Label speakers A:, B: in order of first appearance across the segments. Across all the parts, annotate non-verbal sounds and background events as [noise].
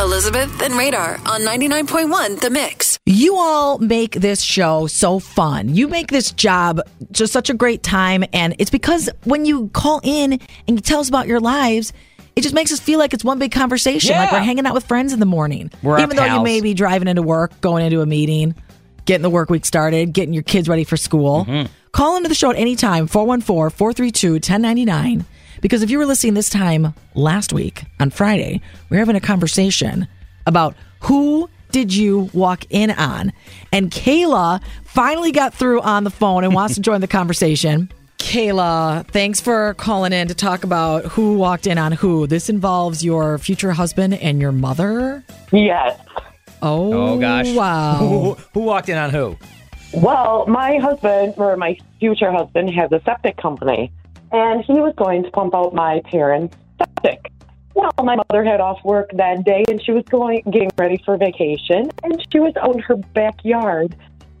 A: Elizabeth and Radar on 99.1 The Mix.
B: You all make this show so fun. You make this job just such a great time. And it's because when you call in and you tell us about your lives, it just makes us feel like it's one big conversation. Like we're hanging out with friends in the morning.
C: We're our
B: Even though you
C: pals.
B: may be driving into work, going into a meeting, getting the work week started, getting your kids ready for school. Call into the show at any time, 414 432 1099. Because if you were listening this time last week on Friday, we were having a conversation about who did you walk in on? And Kayla finally got through on the phone and wants to join the conversation. Kayla, thanks for calling in to talk about who walked in on who. This involves your future husband and your mother.
D: Yes.
B: Oh,
C: Oh gosh.
B: Wow.
C: [laughs] Who, who walked in on who?
D: Well, my husband, or my future husband, has a septic company, and he was going to pump out my parents' septic. Well, my mother had off work that day, and she was going getting ready for vacation, and she was out in her backyard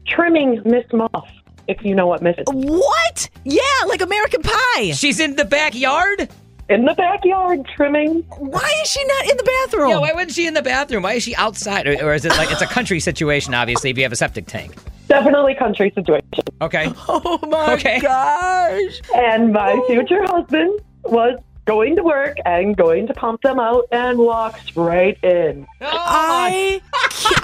D: trimming Miss Muff, if you know what Miss is.
B: [laughs] What? Yeah, like American Pie.
C: She's in the backyard?
D: In the backyard trimming.
B: Why is she not in the bathroom?
C: Yeah, why wasn't she in the bathroom? Why is she outside? Or, or is it like it's a country situation, obviously, if you have a septic tank?
D: Definitely country situation.
C: [laughs] Okay.
B: oh my
C: Okay.
B: gosh.
D: And my future husband was going to work and going to pump them out and walks right in.
B: I
C: [laughs]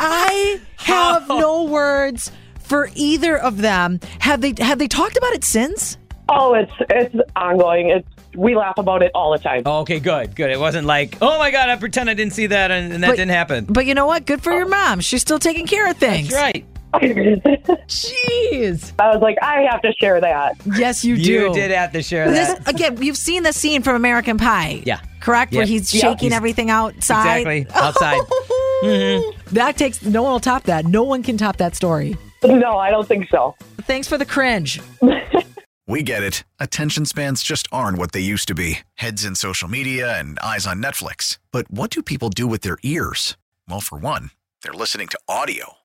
B: I have no words for either of them. Have they have they talked about it since?
D: Oh, it's it's ongoing. It's we laugh about it all the time. [laughs]
C: Oh, okay, good, good. It wasn't like, oh my God, I pretend I didn't see that and, and that
B: But-
C: didn't happen.
B: But you know what? Good for your mom. She's still taking care of things.
C: Oh. That's right.
D: I
B: Jeez.
D: was like, I have to share that.
B: Yes, you do.
C: You did have to share
B: This
C: that.
B: again, you've seen the scene from American Pie.
C: Yeah.
B: Correct? Where
C: Yeah.
B: he's
C: Yeah.
B: shaking
C: He's-
B: everything outside.
C: Exactly.
B: [laughs]
C: Outside. Mm-hmm.
B: That takes no one will top that. No one can top that story.
D: No, I don't think so.
B: Thanks for the cringe.
E: We get it. Attention spans just aren't what they used to be heads in social media and eyes on Netflix. But what do people do with their ears? Well, for one, they're listening to audio.